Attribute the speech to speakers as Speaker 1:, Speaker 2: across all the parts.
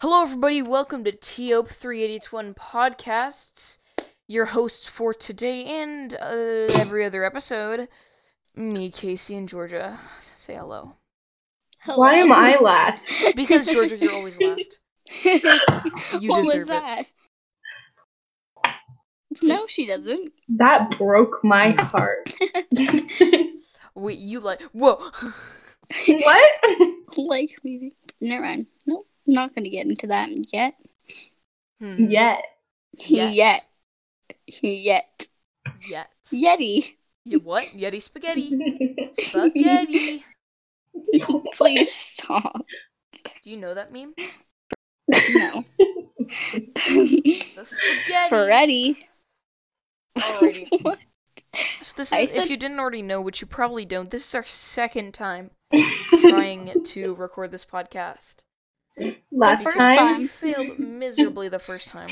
Speaker 1: Hello, everybody. Welcome to TOP 3881 Podcasts. Your hosts for today and uh, every other episode, me, Casey, and Georgia. Say hello.
Speaker 2: Why am I last?
Speaker 1: Because, Georgia, you're always last. You
Speaker 3: what
Speaker 1: deserve it.
Speaker 3: was that? No, she doesn't.
Speaker 2: That broke my
Speaker 3: Mm.
Speaker 2: heart.
Speaker 1: Wait, you like. Whoa!
Speaker 2: what?
Speaker 3: Mm. Like maybe. Never mind. Nope. Not gonna get into that yet.
Speaker 1: Hmm.
Speaker 2: Yet.
Speaker 1: Yet.
Speaker 3: Yet. Yet.
Speaker 1: Yet.
Speaker 3: Yeti.
Speaker 1: You what? Yeti spaghetti. Spaghetti.
Speaker 3: Please stop.
Speaker 1: Do you know that meme?
Speaker 3: No.
Speaker 1: The spaghetti.
Speaker 3: Freddy.
Speaker 1: Alrighty.
Speaker 3: What?
Speaker 1: So this is,
Speaker 3: I
Speaker 1: if
Speaker 3: said-
Speaker 1: you didn't already know, which you probably don't, this is our second time trying to record this podcast.
Speaker 2: last
Speaker 3: first
Speaker 2: time,
Speaker 3: time.
Speaker 1: We failed miserably the first time.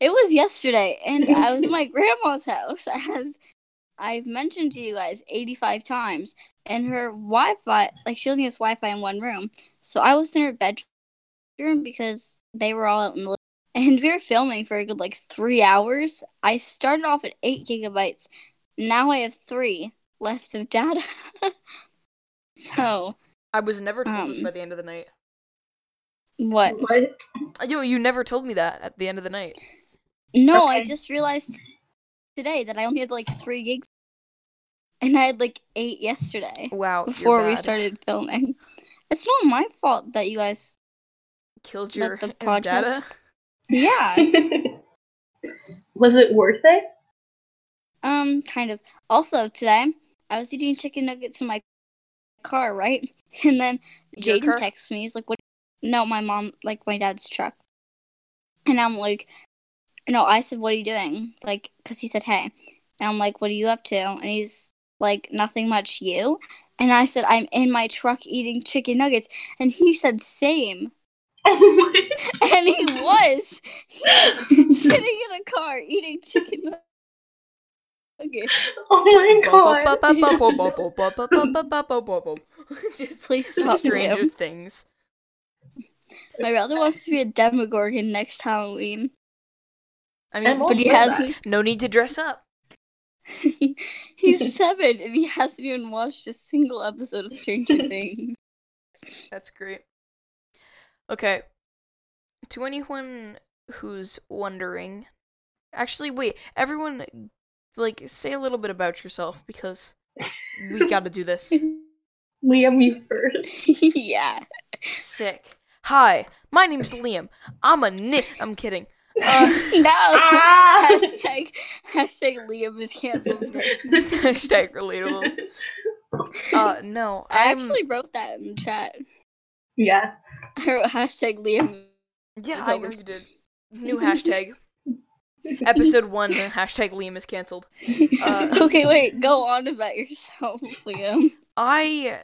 Speaker 3: It was yesterday, and I was at my grandma's house, as I've mentioned to you guys 85 times. And her Wi Fi, like, she only has Wi Fi in one room. So I was in her bedroom because they were all out in the living And we were filming for a good, like, three hours. I started off at eight gigabytes. Now I have three left of data. so,
Speaker 1: I was never told this
Speaker 3: Um.
Speaker 1: by the end of the night.
Speaker 3: what?
Speaker 2: What?
Speaker 1: Uh, You you never told me that at the end of the night.
Speaker 3: No, I
Speaker 2: Okay.
Speaker 3: just realized today that I only had like three gigs, and I had like eight yesterday
Speaker 1: Wow. you're
Speaker 3: before we
Speaker 1: bad.
Speaker 3: started filming. It's not my fault that you guys.
Speaker 1: killed
Speaker 3: that
Speaker 1: your
Speaker 3: the
Speaker 1: data.
Speaker 3: podcast- Yeah,
Speaker 2: Was it worth it?
Speaker 3: um, kind of. Also, today I was eating chicken nuggets in my car, right? And then
Speaker 1: Your
Speaker 3: Jaden
Speaker 1: car-
Speaker 3: texts me. He's like, "What?" No, my mom, like my dad's truck. And I'm like, "No," I said, "What are you doing?" Like, cause he said, "Hey," and I'm like, "What are you up to?" And he's like, "Nothing much, you." And I said, "I'm in my truck eating chicken nuggets," and he said, "Same."
Speaker 2: Oh
Speaker 3: And he was sitting in a car eating chicken nuggets.
Speaker 2: oh my god.
Speaker 1: Just
Speaker 3: Please stop,
Speaker 1: Stranger
Speaker 3: Liam.
Speaker 1: Things.
Speaker 3: My brother wants to be a Demogorgon next Halloween,
Speaker 1: I
Speaker 2: I'm
Speaker 1: mean,
Speaker 3: but he
Speaker 2: with
Speaker 3: has
Speaker 2: that.
Speaker 1: no need to dress up.
Speaker 3: He's seven and he hasn't even watched a single episode of Stranger Things.
Speaker 1: That's great. Okay. To anyone who's wondering, actually, wait, everyone, like, say a little bit about yourself because we got to do this.
Speaker 2: Liam, you first.
Speaker 3: yeah.
Speaker 1: Sick. Hi, my name's Liam. I'm a ni. I'm kidding. Uh,
Speaker 3: No.
Speaker 2: Ah!
Speaker 3: hashtag hashtag Liam is canceled.
Speaker 1: hashtag relatable. Uh, no,
Speaker 3: I
Speaker 1: I'm-
Speaker 3: actually wrote that in the chat.
Speaker 2: yeah.
Speaker 3: I wrote hashtag Liam.
Speaker 1: yeah,
Speaker 3: it's
Speaker 1: I know
Speaker 3: over.
Speaker 1: you did. New hashtag. Episode one. Hashtag Liam is canceled. Uh,
Speaker 3: okay, wait. Go on about yourself, Liam.
Speaker 1: I.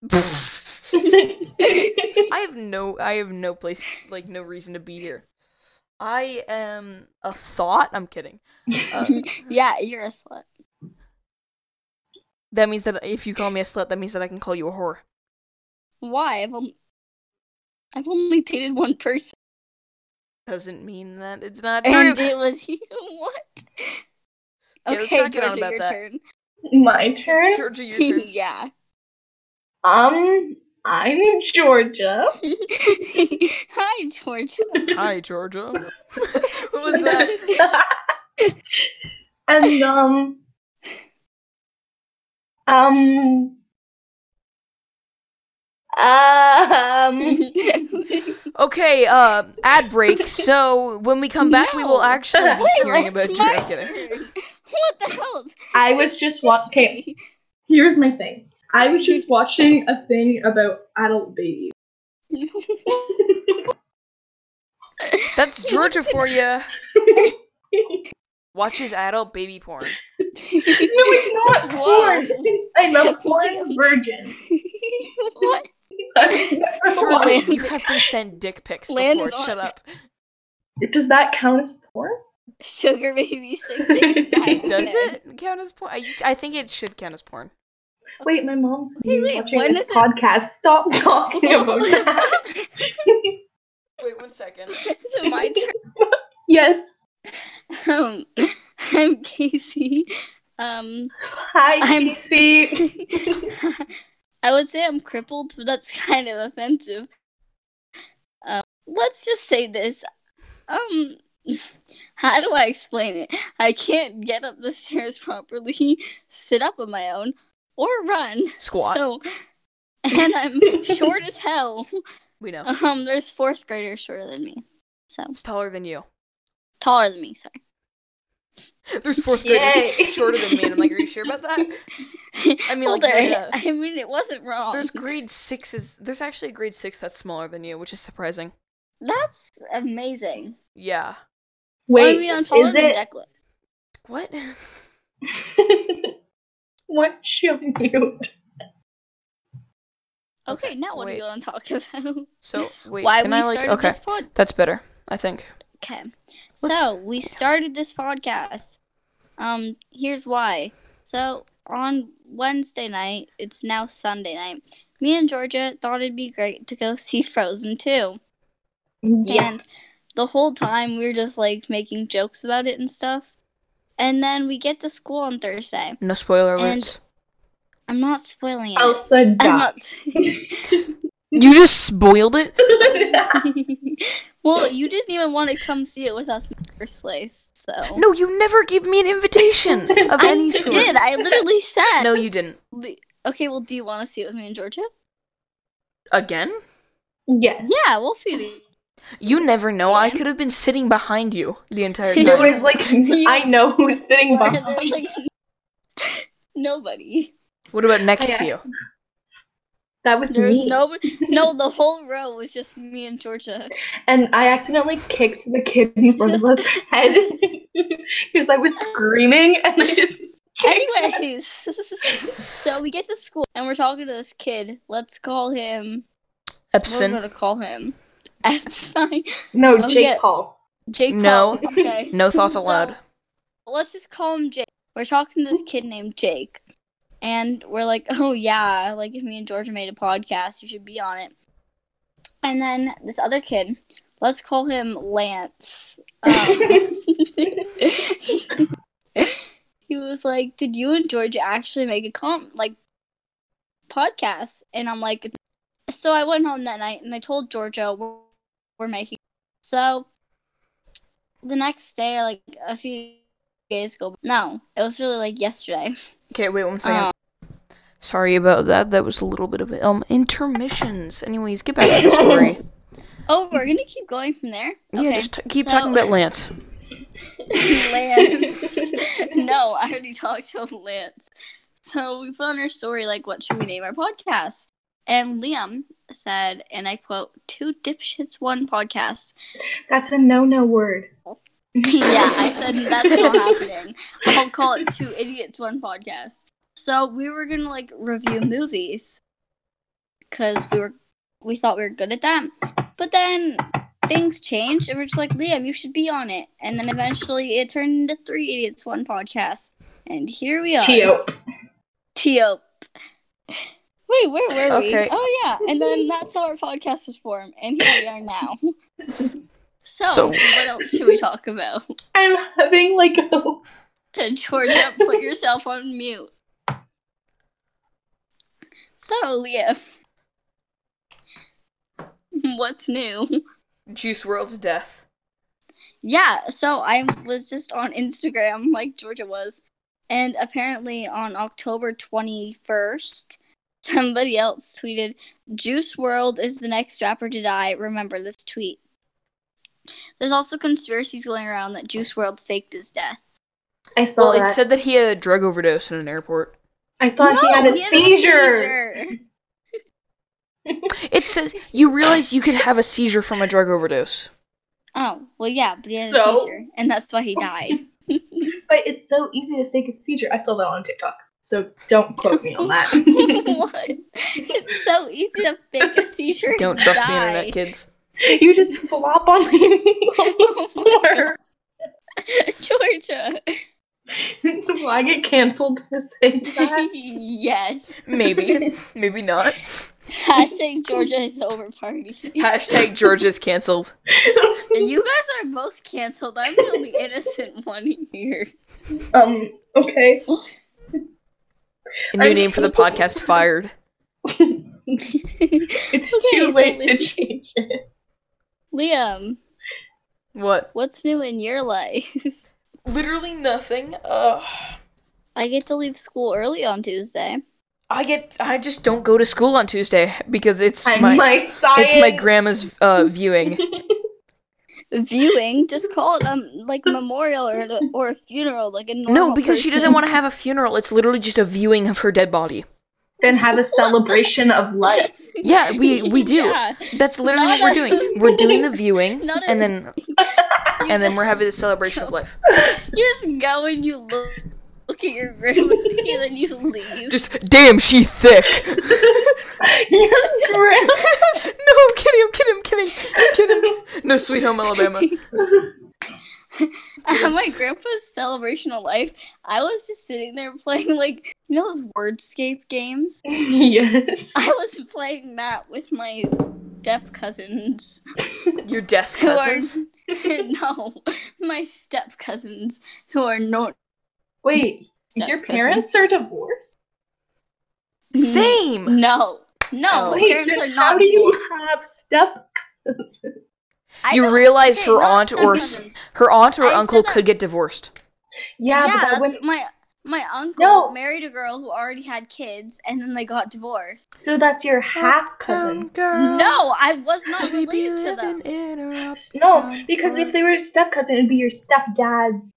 Speaker 1: I have no I have no place like no reason to be here. I am a thought. I'm kidding. Uh,
Speaker 3: yeah, you're a slut.
Speaker 1: that means that if you call me a slut, that means that I can call you a whore.
Speaker 3: Why? I've only I've only dated one person,
Speaker 1: Doesn't mean that it's not true.
Speaker 3: and it was you. What?
Speaker 1: Yeah, let's
Speaker 3: Okay,
Speaker 1: not get on
Speaker 3: Georgia,
Speaker 1: about
Speaker 3: your
Speaker 1: that.
Speaker 3: turn.
Speaker 2: my turn.
Speaker 1: Georgia, your turn.
Speaker 3: yeah.
Speaker 2: Um, I'm Georgia.
Speaker 3: Hi, Georgia.
Speaker 1: Hi, Georgia. what was that?
Speaker 2: and um, um, um,
Speaker 1: Okay, uh, ad break. So when we come back, we will
Speaker 3: No.
Speaker 1: actually be
Speaker 2: Wait,
Speaker 1: hearing
Speaker 3: It's
Speaker 1: about you.
Speaker 3: my
Speaker 1: I'm kidding.
Speaker 3: turn. What the hell?
Speaker 2: I was just watching. Okay,
Speaker 3: Excuse
Speaker 2: here's my thing. I was just watching a thing about adult babies.
Speaker 3: me.
Speaker 1: That's Georgia for you. Watches adult baby porn.
Speaker 2: No, it's not
Speaker 3: Whoa.
Speaker 2: porn. I'm a porn virgin.
Speaker 3: what?
Speaker 2: I've never
Speaker 1: Georgia,
Speaker 2: watched-
Speaker 1: you have been sent dick pics before.
Speaker 3: Landed on
Speaker 1: Shut
Speaker 3: it.
Speaker 1: up.
Speaker 2: Does that count as porn?
Speaker 3: Sugar baby six eight nine.
Speaker 1: Does
Speaker 3: ten.
Speaker 1: it count as porn? I, I think it should count as porn.
Speaker 2: Wait, my mom's
Speaker 3: Wait, wait,
Speaker 2: watching
Speaker 3: when
Speaker 2: this
Speaker 3: is it-
Speaker 2: podcast. Stop talking about that.
Speaker 1: second.
Speaker 3: Is it my
Speaker 2: Yes.
Speaker 3: turn? Um, I'm Casey. Um,
Speaker 2: Hi,
Speaker 3: I'm-
Speaker 2: Casey.
Speaker 3: I would say I'm crippled, but that's kind of offensive. Um, let's just say this. Um, how do I explain it? I can't get up the stairs properly, sit up on my own, or run.
Speaker 1: Squat.
Speaker 3: So, and I'm short as hell.
Speaker 1: we know.
Speaker 3: Um, there's fourth graders shorter than me, so
Speaker 1: It's taller than you.
Speaker 3: taller than me. Sorry.
Speaker 1: There's fourth
Speaker 2: Yay.
Speaker 1: graders shorter than me, and I'm like, are you sure about that? I mean, like,
Speaker 3: Older.
Speaker 1: yeah.
Speaker 3: I mean, it wasn't wrong.
Speaker 1: There's grade sixes. There's actually a grade six that's smaller than you, which is surprising.
Speaker 3: That's amazing.
Speaker 1: Yeah.
Speaker 3: Why
Speaker 2: Wait,
Speaker 3: are we on taller
Speaker 2: is
Speaker 3: than
Speaker 2: it?
Speaker 3: Declan?
Speaker 1: What?
Speaker 2: what show you?
Speaker 3: Okay, now what
Speaker 1: wait.
Speaker 3: do you want to talk about?
Speaker 1: So wait,
Speaker 3: Why
Speaker 1: can
Speaker 3: we
Speaker 1: I like?
Speaker 3: started
Speaker 1: Okay,
Speaker 3: this pod?
Speaker 1: that's better. I think.
Speaker 3: Okay, so we started this podcast. Um, here's why. So on Wednesday night, it's now Sunday night. Me and Georgia thought it'd be great to go see Frozen too.
Speaker 2: Yeah.
Speaker 3: And the whole time we were just like making jokes about it and stuff. And then we get to school on Thursday.
Speaker 1: No spoiler
Speaker 3: And-
Speaker 1: alerts.
Speaker 3: I'm not spoiling it.
Speaker 2: Elsa
Speaker 3: I'm
Speaker 2: died.
Speaker 3: not.
Speaker 1: You just spoiled it.
Speaker 3: well, you didn't even want to come see it with us in the first place, so.
Speaker 1: No, you never gave me an invitation of
Speaker 3: I
Speaker 1: any sort.
Speaker 3: did. I literally said.
Speaker 1: No, you didn't.
Speaker 3: Le- Okay, well, do you want to see it with me and Georgia?
Speaker 1: Again?
Speaker 2: yes.
Speaker 3: Yeah, we'll see it.
Speaker 1: You never know. I
Speaker 3: Yeah.
Speaker 1: could have been sitting behind you the entire
Speaker 3: You
Speaker 1: time.
Speaker 2: There was like
Speaker 3: You-
Speaker 2: I know who's sitting
Speaker 3: Where
Speaker 2: behind.
Speaker 3: there's like nobody.
Speaker 1: What about next to
Speaker 2: Yeah.
Speaker 1: you?
Speaker 2: that was
Speaker 3: There's
Speaker 2: me.
Speaker 3: no, no. The whole row was just me and Georgia.
Speaker 2: and I accidentally kicked the kid in front of us head because I was screaming and I just kicked him.
Speaker 3: Anyways, so we get to school and we're talking to this kid. Let's call him. We're
Speaker 1: Epsfin?
Speaker 3: gonna call him. Epstein.
Speaker 2: No,
Speaker 3: Oh,
Speaker 2: Jake
Speaker 3: yeah.
Speaker 2: Paul.
Speaker 3: Jake.
Speaker 1: No.
Speaker 3: Paul. Okay.
Speaker 1: No thoughts
Speaker 3: So-
Speaker 1: allowed.
Speaker 3: let's just call him Jake. We're talking to this kid named Jake, and we're like, oh yeah, like if me and Georgia made a podcast, you should be on it. And then this other kid, let's call him Lance. Um, he was like, did you and Georgia actually make a com like podcast? And I'm like, so I went home that night and I told Georgia we're, we're making. So the next day, like a few days ago, no, it was really like yesterday.
Speaker 1: Okay, wait one second.
Speaker 3: Um,
Speaker 1: Sorry about that. That was a little bit of um intermissions. Anyways, get back to the story.
Speaker 3: oh, we're gonna keep going from there.
Speaker 1: Yeah, just t- keep
Speaker 3: so-
Speaker 1: talking about Lance.
Speaker 3: Lance. no, I already talked to Lance. So we put on our story like, what should we name our podcast? And Liam said, and I quote, two dipshits, one podcast.
Speaker 2: That's a no-no word.
Speaker 3: yeah, I said that's not happening. I'll call it Two Idiots One Podcast. So we were gonna like review movies because we were we thought we were good at that, but then things changed and we're just like Liam, you should be on it. And then eventually it turned into Three Idiots One Podcast, and here we are.
Speaker 2: Tio.
Speaker 3: Teal. Wait, where were
Speaker 1: Okay.
Speaker 3: we? Oh yeah, and then that's how our podcast was formed, and here we are now. So,
Speaker 1: So-
Speaker 3: what else should we talk about?
Speaker 2: I'm having like a
Speaker 3: Georgia, put yourself on mute. So, Leah, what's new?
Speaker 1: Juice World's death.
Speaker 3: Yeah, so I was just on Instagram, like Georgia was, and apparently on October 21st, somebody else tweeted, Juice World is the next rapper to die. Remember this tweet. There's also conspiracies going around that Juice World faked his death.
Speaker 2: I saw
Speaker 1: Well, it
Speaker 2: that.
Speaker 1: said that he had a drug overdose in an airport.
Speaker 2: I thought he had a
Speaker 3: he had a
Speaker 2: seizure.
Speaker 3: seizure.
Speaker 1: It says you realize you could have a seizure from a drug overdose.
Speaker 3: Oh, well, yeah, but he had
Speaker 2: So?
Speaker 3: a seizure, and that's why he died.
Speaker 2: But it's so easy to fake a seizure. I saw that on TikTok. So don't quote me on that.
Speaker 3: what? It's so easy to fake a seizure. and
Speaker 1: Don't trust the
Speaker 3: die.
Speaker 1: internet, kids.
Speaker 2: you just flop on the
Speaker 3: Oh my
Speaker 2: floor.
Speaker 3: God, Georgia.
Speaker 2: Will I get canceled for saying that?
Speaker 3: yes.
Speaker 1: Maybe, maybe not.
Speaker 3: Hashtag Georgia is over party.
Speaker 1: Hashtag Georgia's canceled.
Speaker 3: you guys are both canceled. I'm the only innocent one here.
Speaker 2: um, okay.
Speaker 1: A new name for the podcast fired.
Speaker 2: It's
Speaker 3: Okay,
Speaker 2: too
Speaker 3: so
Speaker 2: late to
Speaker 3: we-
Speaker 2: change it.
Speaker 3: Liam,
Speaker 1: What?
Speaker 3: what's new in your life?
Speaker 1: Literally nothing. Uh,
Speaker 3: I get to leave school early on Tuesday.
Speaker 1: I get. I just don't go to school on Tuesday because it's
Speaker 2: I'm
Speaker 1: my,
Speaker 2: my science.
Speaker 1: it's my grandma's uh, viewing.
Speaker 3: Viewing, just call it um like memorial or or a funeral, like a normal
Speaker 1: no, because she doesn't
Speaker 3: person.
Speaker 1: want to have a funeral. It's literally just a viewing of her dead body.
Speaker 2: then have a celebration of life.
Speaker 1: Yeah, we we do.
Speaker 3: Yeah.
Speaker 1: That's literally
Speaker 3: Not
Speaker 1: what
Speaker 3: a-
Speaker 1: we're doing. We're doing the viewing,
Speaker 3: Not a-
Speaker 1: and then and then we're having the celebration of life.
Speaker 3: You just go and you look, look at your room and then you leave.
Speaker 1: Just damn, she thick. no, I'm kidding. I'm kidding. I'm kidding. I'm kidding. No, Sweet Home Alabama.
Speaker 3: At my grandpa's celebration of life, I was just sitting there playing like you know those wordscape games.
Speaker 2: yes.
Speaker 3: I was playing that with my step cousins.
Speaker 1: Your death
Speaker 3: Who are-
Speaker 1: cousins.
Speaker 3: no, my step cousins who are not.
Speaker 2: Wait,
Speaker 3: step
Speaker 2: your parents are divorced?
Speaker 3: cousins.
Speaker 1: Same.
Speaker 3: No, no,
Speaker 1: Oh.
Speaker 3: my
Speaker 2: Wait,
Speaker 3: parents
Speaker 2: then
Speaker 3: are
Speaker 2: how
Speaker 3: not.
Speaker 2: do you have step cousins?
Speaker 3: I
Speaker 1: You
Speaker 3: don't-
Speaker 1: realize
Speaker 3: okay,
Speaker 1: her
Speaker 3: not
Speaker 1: aunt or s-
Speaker 3: step-cousins.
Speaker 1: her aunt or
Speaker 3: I said
Speaker 1: uncle
Speaker 3: that-
Speaker 1: could get divorced.
Speaker 3: yeah,
Speaker 2: Yeah, but that
Speaker 3: that's
Speaker 2: wouldn't-
Speaker 3: my my uncle
Speaker 2: No.
Speaker 3: married a girl who already had kids, and then they got divorced.
Speaker 2: so that's your half cousin.
Speaker 1: Girl,
Speaker 3: No, I was not related to them.
Speaker 2: No, because if they were step cousin, it'd be your stepdad's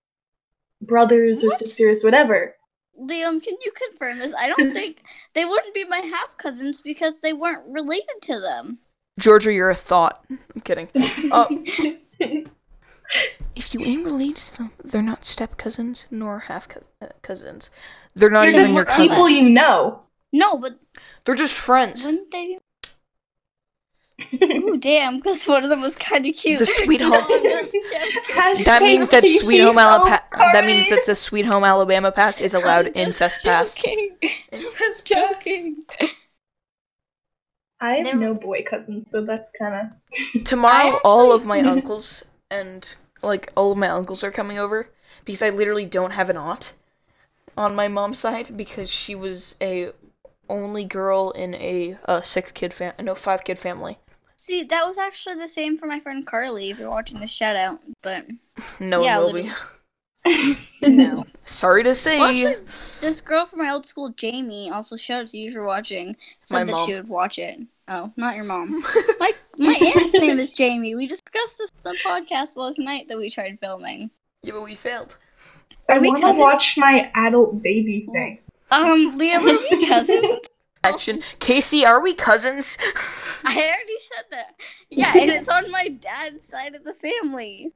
Speaker 2: brothers or
Speaker 3: What?
Speaker 2: sisters, whatever.
Speaker 3: Liam, can you confirm this? I don't think they wouldn't be my half cousins because they weren't related to them.
Speaker 1: Georgia, you're a thought. I'm kidding. Uh, if you ain't related to them, they're not step cousins nor half cous- uh, cousins. They're not
Speaker 2: They're
Speaker 3: There's
Speaker 1: even
Speaker 2: just
Speaker 1: your
Speaker 3: more
Speaker 1: cousins.
Speaker 2: people you know.
Speaker 3: No, but
Speaker 1: They're just friends.
Speaker 3: wouldn't they? Ooh, damn! Because one of them was kind of cute.
Speaker 1: The sweet
Speaker 3: No,
Speaker 1: home-
Speaker 3: I'm just joking.
Speaker 1: That
Speaker 2: Hashtag
Speaker 1: means that
Speaker 2: leave
Speaker 1: Sweet Home
Speaker 2: me
Speaker 1: Alabama.
Speaker 2: alone.
Speaker 1: That means that the Sweet Home Alabama pass is allowed
Speaker 3: I'm just
Speaker 1: incest pass.
Speaker 3: joking.
Speaker 1: Incest
Speaker 3: Joking.
Speaker 2: I have
Speaker 3: They're-
Speaker 2: no boy cousins, so that's kind
Speaker 1: Tomorrow,
Speaker 3: I
Speaker 1: all of my uncles and like all of my uncles are coming over because I literally don't have an aunt on my mom's side because she was a only girl in a uh, six kid fam no five kid family.
Speaker 3: See, that was actually the same for my friend Carly. If you're watching the shout out, but
Speaker 1: No
Speaker 3: Yeah,
Speaker 1: one will
Speaker 3: literally.
Speaker 1: be.
Speaker 3: no.
Speaker 1: Sorry to say.
Speaker 3: Well, actually, this girl from my old school, Jamie, also shout out to you for watching. Said
Speaker 1: My
Speaker 3: that
Speaker 1: mom.
Speaker 3: she would watch it. Oh, not your mom. my my aunt's name is Jamie. We discussed this on the podcast last night that we tried filming.
Speaker 1: yeah, but we failed.
Speaker 2: of. I
Speaker 3: we
Speaker 2: want to
Speaker 3: cousins?
Speaker 2: watch my adult baby thing.
Speaker 3: Um, Liam, are we cousins?
Speaker 1: Action, Casey. Are we cousins?
Speaker 3: I already said that. Yeah, and it's on my dad's side of the family.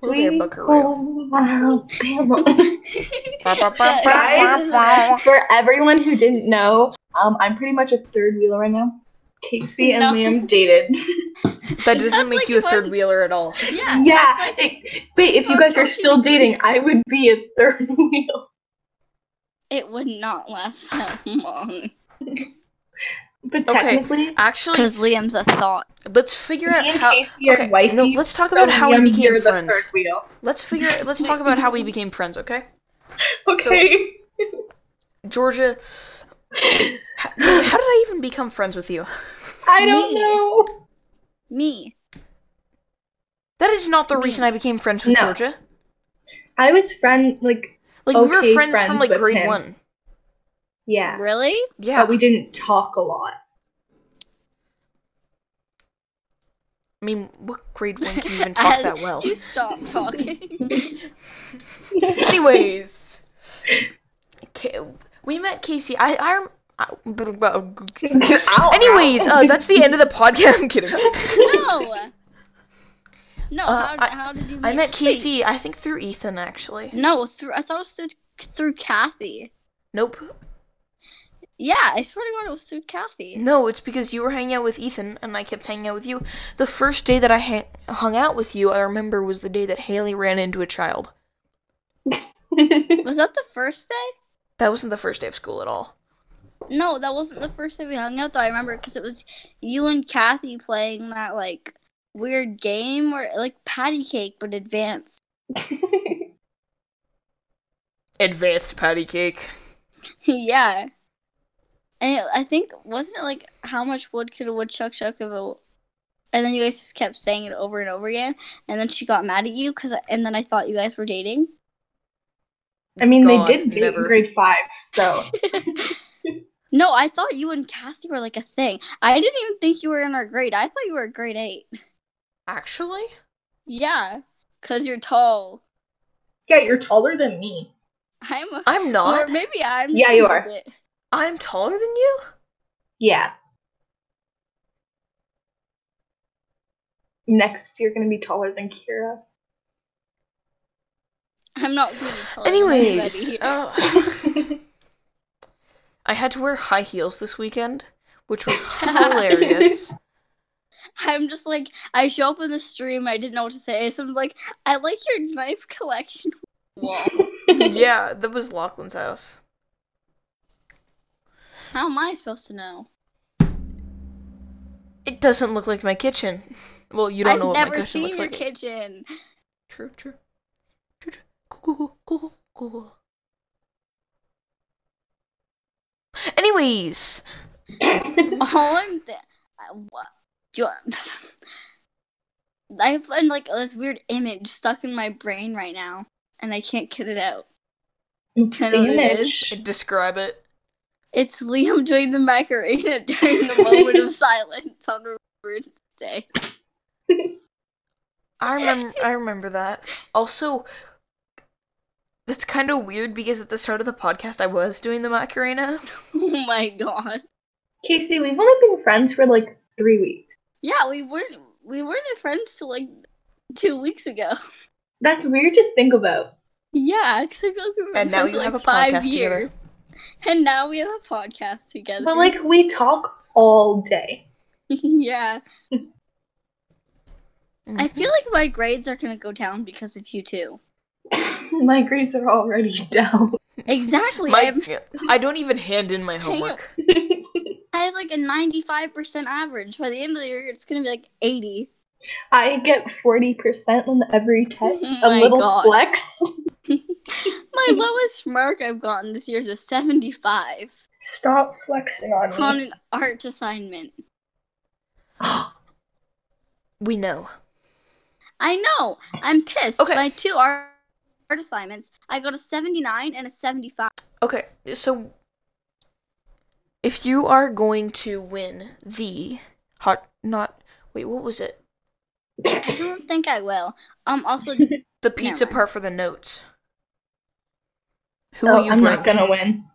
Speaker 1: Well, they're
Speaker 2: Sweet
Speaker 1: buckaroo.
Speaker 2: Home Alabama.
Speaker 3: Guys.
Speaker 2: For everyone who didn't know, um, I'm pretty much a third wheeler right now. Casey and
Speaker 3: No.
Speaker 2: Liam dated.
Speaker 1: That doesn't
Speaker 3: That's
Speaker 1: make
Speaker 3: like
Speaker 1: you a
Speaker 3: one-
Speaker 1: third wheeler at all.
Speaker 3: Yeah,
Speaker 2: yeah,
Speaker 3: that's like-
Speaker 2: it- wait, if you
Speaker 3: Oh,
Speaker 2: guys are
Speaker 3: Casey.
Speaker 2: still dating, I would be a third wheel.
Speaker 3: it would not last that long
Speaker 2: But
Speaker 1: Okay.
Speaker 2: technically,
Speaker 1: Actually,
Speaker 3: because Liam's a thought.
Speaker 1: let's figure out
Speaker 2: me and
Speaker 1: how.
Speaker 2: Casey are
Speaker 1: okay,
Speaker 2: wifey,
Speaker 1: no, let's talk
Speaker 2: so
Speaker 1: about how we
Speaker 2: Liam,
Speaker 1: became
Speaker 2: you're the
Speaker 1: friends.
Speaker 2: third wheel.
Speaker 1: Let's figure. Let's talk about how we became friends. Okay,
Speaker 2: Okay.
Speaker 1: Georgia. How, Georgia, how did I even become friends with you?
Speaker 2: I don't
Speaker 3: Me.
Speaker 2: know.
Speaker 3: Me.
Speaker 1: That is not the reason I became friends with
Speaker 2: No.
Speaker 1: Georgia.
Speaker 2: I was friend like
Speaker 1: Like we were
Speaker 2: Okay,
Speaker 1: friends, from
Speaker 2: friends
Speaker 1: like
Speaker 2: with
Speaker 1: grade
Speaker 2: him.
Speaker 1: one.
Speaker 2: yeah,
Speaker 3: Really?
Speaker 1: Yeah,
Speaker 2: but we didn't talk a lot.
Speaker 1: I mean, what grade one can even talk that well?
Speaker 3: You stop talking.
Speaker 1: Anyways, Ca- we met Casey. I I. rem- I
Speaker 2: Ow,
Speaker 1: Anyways,
Speaker 2: ow.
Speaker 1: uh, that's the end of the podcast. I'm kidding.
Speaker 3: no. No,
Speaker 1: Uh,
Speaker 3: how,
Speaker 1: I-
Speaker 3: how did you
Speaker 1: I
Speaker 3: make
Speaker 1: met Casey, I think through Ethan actually.
Speaker 3: No, through, I thought it was through, through Kathy.
Speaker 1: Nope.
Speaker 3: Yeah, I swear to God, it was through Kathy.
Speaker 1: No, it's because you were hanging out with Ethan and I kept hanging out with you. The first day that I hang- hung out with you, I remember was the day that Haley ran into a child.
Speaker 3: Was that the first day?
Speaker 1: That wasn't the first day of school at all.
Speaker 3: No, that wasn't the first time we hung out though. I remember because it was you and Kathy playing that like weird game where like patty cake but advanced.
Speaker 1: Advanced patty cake.
Speaker 3: yeah. And it, I think wasn't it like how much wood could a woodchuck chuck of a and then you guys just kept saying it over and over again and then she got mad at you cuz and then I thought you guys were dating.
Speaker 2: I mean,
Speaker 1: God,
Speaker 2: they did date
Speaker 1: never.
Speaker 2: in grade five, so
Speaker 3: No, I thought you and Kathy were like a thing. I didn't even think you were in our grade. I thought you were grade 8.
Speaker 1: Actually?
Speaker 3: Yeah, cuz you're tall.
Speaker 2: yeah, you're taller than me.
Speaker 3: I'm a,
Speaker 1: I'm not.
Speaker 3: or maybe I'm
Speaker 2: Yeah,
Speaker 3: just
Speaker 2: you are.
Speaker 3: midget.
Speaker 1: I'm taller than you?
Speaker 2: Yeah. Next, you're gonna be taller than Kira.
Speaker 3: I'm not really taller. than
Speaker 1: Anyways,
Speaker 3: anybody.
Speaker 1: uh, I had to wear high heels this weekend, which was hilarious.
Speaker 3: I'm just like I show up in the stream. I didn't know what to say, so I'm like, I like your knife collection. Wall.
Speaker 1: yeah, that was Lachlan's house.
Speaker 3: How am I supposed to know?
Speaker 1: It doesn't look like my kitchen. Well, you don't
Speaker 3: I've
Speaker 1: know what my
Speaker 3: never
Speaker 1: kitchen
Speaker 3: seen
Speaker 1: looks
Speaker 3: your
Speaker 1: like.
Speaker 3: kitchen.
Speaker 1: True, true. True, true. Cool, cool, cool, cool, cool, cool. Anyways,
Speaker 3: All I'm th- I- what do you want? I have uh, like this weird image stuck in my brain right now, and I can't get it out. I know what it is.
Speaker 1: describe it.
Speaker 3: It's Liam doing the Macarena during the moment of silence on Remembrance Day.
Speaker 1: I remember. I remember that. Also, that's kind of weird because at the start of the podcast, I was doing the Macarena.
Speaker 3: Oh my god.
Speaker 2: Casey, we've only been friends for like three weeks.
Speaker 3: Yeah, we weren't we weren't friends till like two weeks ago.
Speaker 2: That's weird to think about.
Speaker 3: Yeah, because I feel like we were
Speaker 1: And now
Speaker 3: friends
Speaker 1: you
Speaker 3: for, like
Speaker 1: have a
Speaker 3: five
Speaker 1: podcast together.
Speaker 3: years. And now we have a podcast together.
Speaker 2: But like, we talk all day.
Speaker 3: yeah,
Speaker 1: Mm-hmm.
Speaker 3: I feel like my grades are gonna go down because of you two.
Speaker 2: My grades are already down.
Speaker 3: Exactly. I,
Speaker 1: My,
Speaker 3: have,
Speaker 1: I don't even hand in my homework.
Speaker 3: I have like a ninety-five percent average. By the end of the year, it's gonna be like eighty.
Speaker 2: I get 40% on every test.
Speaker 3: Oh
Speaker 2: A
Speaker 3: my
Speaker 2: little
Speaker 3: God.
Speaker 2: flex.
Speaker 3: My lowest mark I've gotten this year is a seventy-five
Speaker 2: Stop flexing on
Speaker 3: on
Speaker 2: me.
Speaker 3: an arts assignment.
Speaker 1: We know.
Speaker 3: I know. I'm pissed.
Speaker 1: Okay.
Speaker 3: My two art, art assignments, I got a 79 and a 75.
Speaker 1: Okay, so if you are going to win the hot, not wait, what was it?
Speaker 3: I don't think I will. Um. Also,
Speaker 1: The pizza
Speaker 3: mind.
Speaker 1: part for the notes. Who
Speaker 2: Oh,
Speaker 1: will you
Speaker 2: I'm
Speaker 1: bring?
Speaker 2: not gonna win.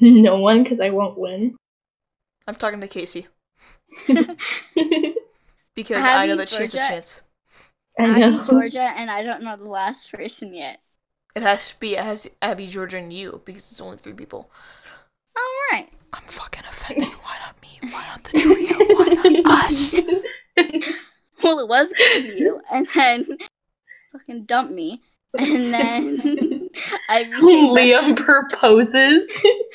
Speaker 2: No one, because I won't win.
Speaker 1: I'm talking to Casey
Speaker 2: I
Speaker 1: because
Speaker 3: Have
Speaker 1: I know
Speaker 3: you,
Speaker 1: that she has a
Speaker 3: Georgia?
Speaker 1: chance.
Speaker 3: Abby,
Speaker 2: know.
Speaker 3: Georgia, and I don't know the last person yet.
Speaker 1: It has to be it has Abby, Georgia, and you because it's only three people.
Speaker 3: All right.
Speaker 1: I'm fucking offended. Why not me? Why not the trio? Why not us?
Speaker 3: Well, it was gonna be you, and then fucking dump me, and then I became
Speaker 2: Liam proposes.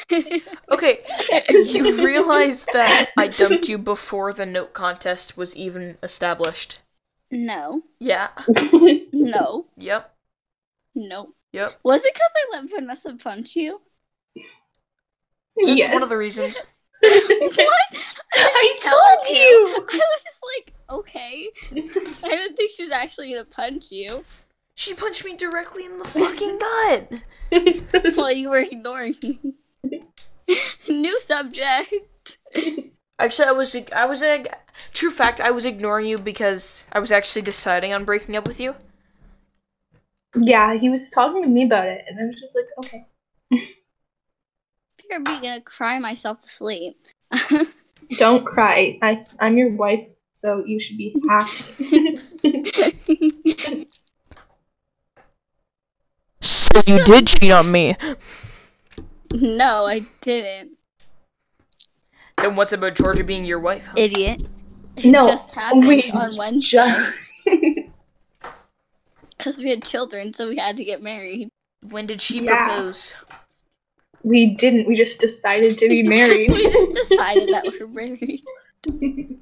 Speaker 3: best-
Speaker 1: Okay, you realize that I dumped you before the note contest was even established.
Speaker 3: no,
Speaker 1: Yeah.
Speaker 3: no,
Speaker 1: Yep.
Speaker 3: no.
Speaker 1: Yep.
Speaker 3: Was it because I let Vanessa punch you?
Speaker 1: That's
Speaker 2: yes.
Speaker 1: one of the reasons.
Speaker 3: what?
Speaker 2: I
Speaker 3: didn't tell
Speaker 2: told you.
Speaker 3: I was just like, okay. I didn't think she was actually gonna punch you.
Speaker 1: She punched me directly in the fucking gut.
Speaker 3: Well, you were ignoring me. New subject.
Speaker 1: Actually, I was I was a true fact. I was ignoring you because I was actually deciding on breaking up with you.
Speaker 2: Yeah, he was talking to me about it, and I was just like, okay.
Speaker 3: I'm gonna cry myself to sleep.
Speaker 2: Don't cry. I I'm your wife, so you should be happy.
Speaker 1: So you did cheat on me.
Speaker 3: no, I didn't.
Speaker 1: Then what's about Georgia being your wife? huh?
Speaker 3: Idiot. It
Speaker 2: No,
Speaker 3: just happened
Speaker 2: we
Speaker 3: on Wednesday.
Speaker 2: just-
Speaker 3: Because we had children, so we had to get married.
Speaker 1: When did she
Speaker 2: Yeah.
Speaker 1: propose?
Speaker 2: We didn't. We just decided to be married.
Speaker 3: we just decided that we were married.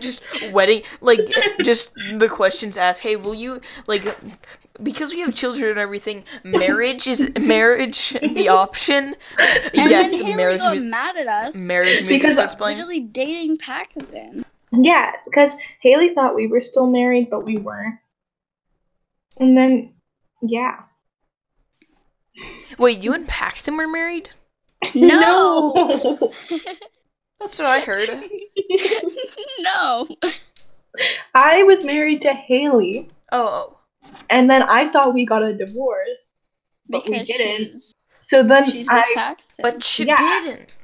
Speaker 1: just wedding like just the questions asked hey will you like because we have children and everything marriage is marriage the option
Speaker 3: And
Speaker 1: yes
Speaker 3: then Haley
Speaker 1: marriage
Speaker 3: got
Speaker 1: music
Speaker 3: mad at us.
Speaker 1: marriage music
Speaker 2: Because-
Speaker 1: starts playing
Speaker 3: Literally dating Paxton.
Speaker 2: yeah, because Haley thought we were still married, but we weren't. And then, yeah.
Speaker 1: wait you and paxton were married
Speaker 3: No.
Speaker 2: No.
Speaker 1: that's what i heard
Speaker 3: no.
Speaker 2: I was married to Haley,
Speaker 1: oh
Speaker 2: and then I thought we got a divorce. But we
Speaker 3: Because
Speaker 2: didn't.
Speaker 3: she's,
Speaker 2: So then
Speaker 3: she's with
Speaker 2: I
Speaker 3: Paxton.
Speaker 1: but she
Speaker 2: Yeah.
Speaker 1: didn't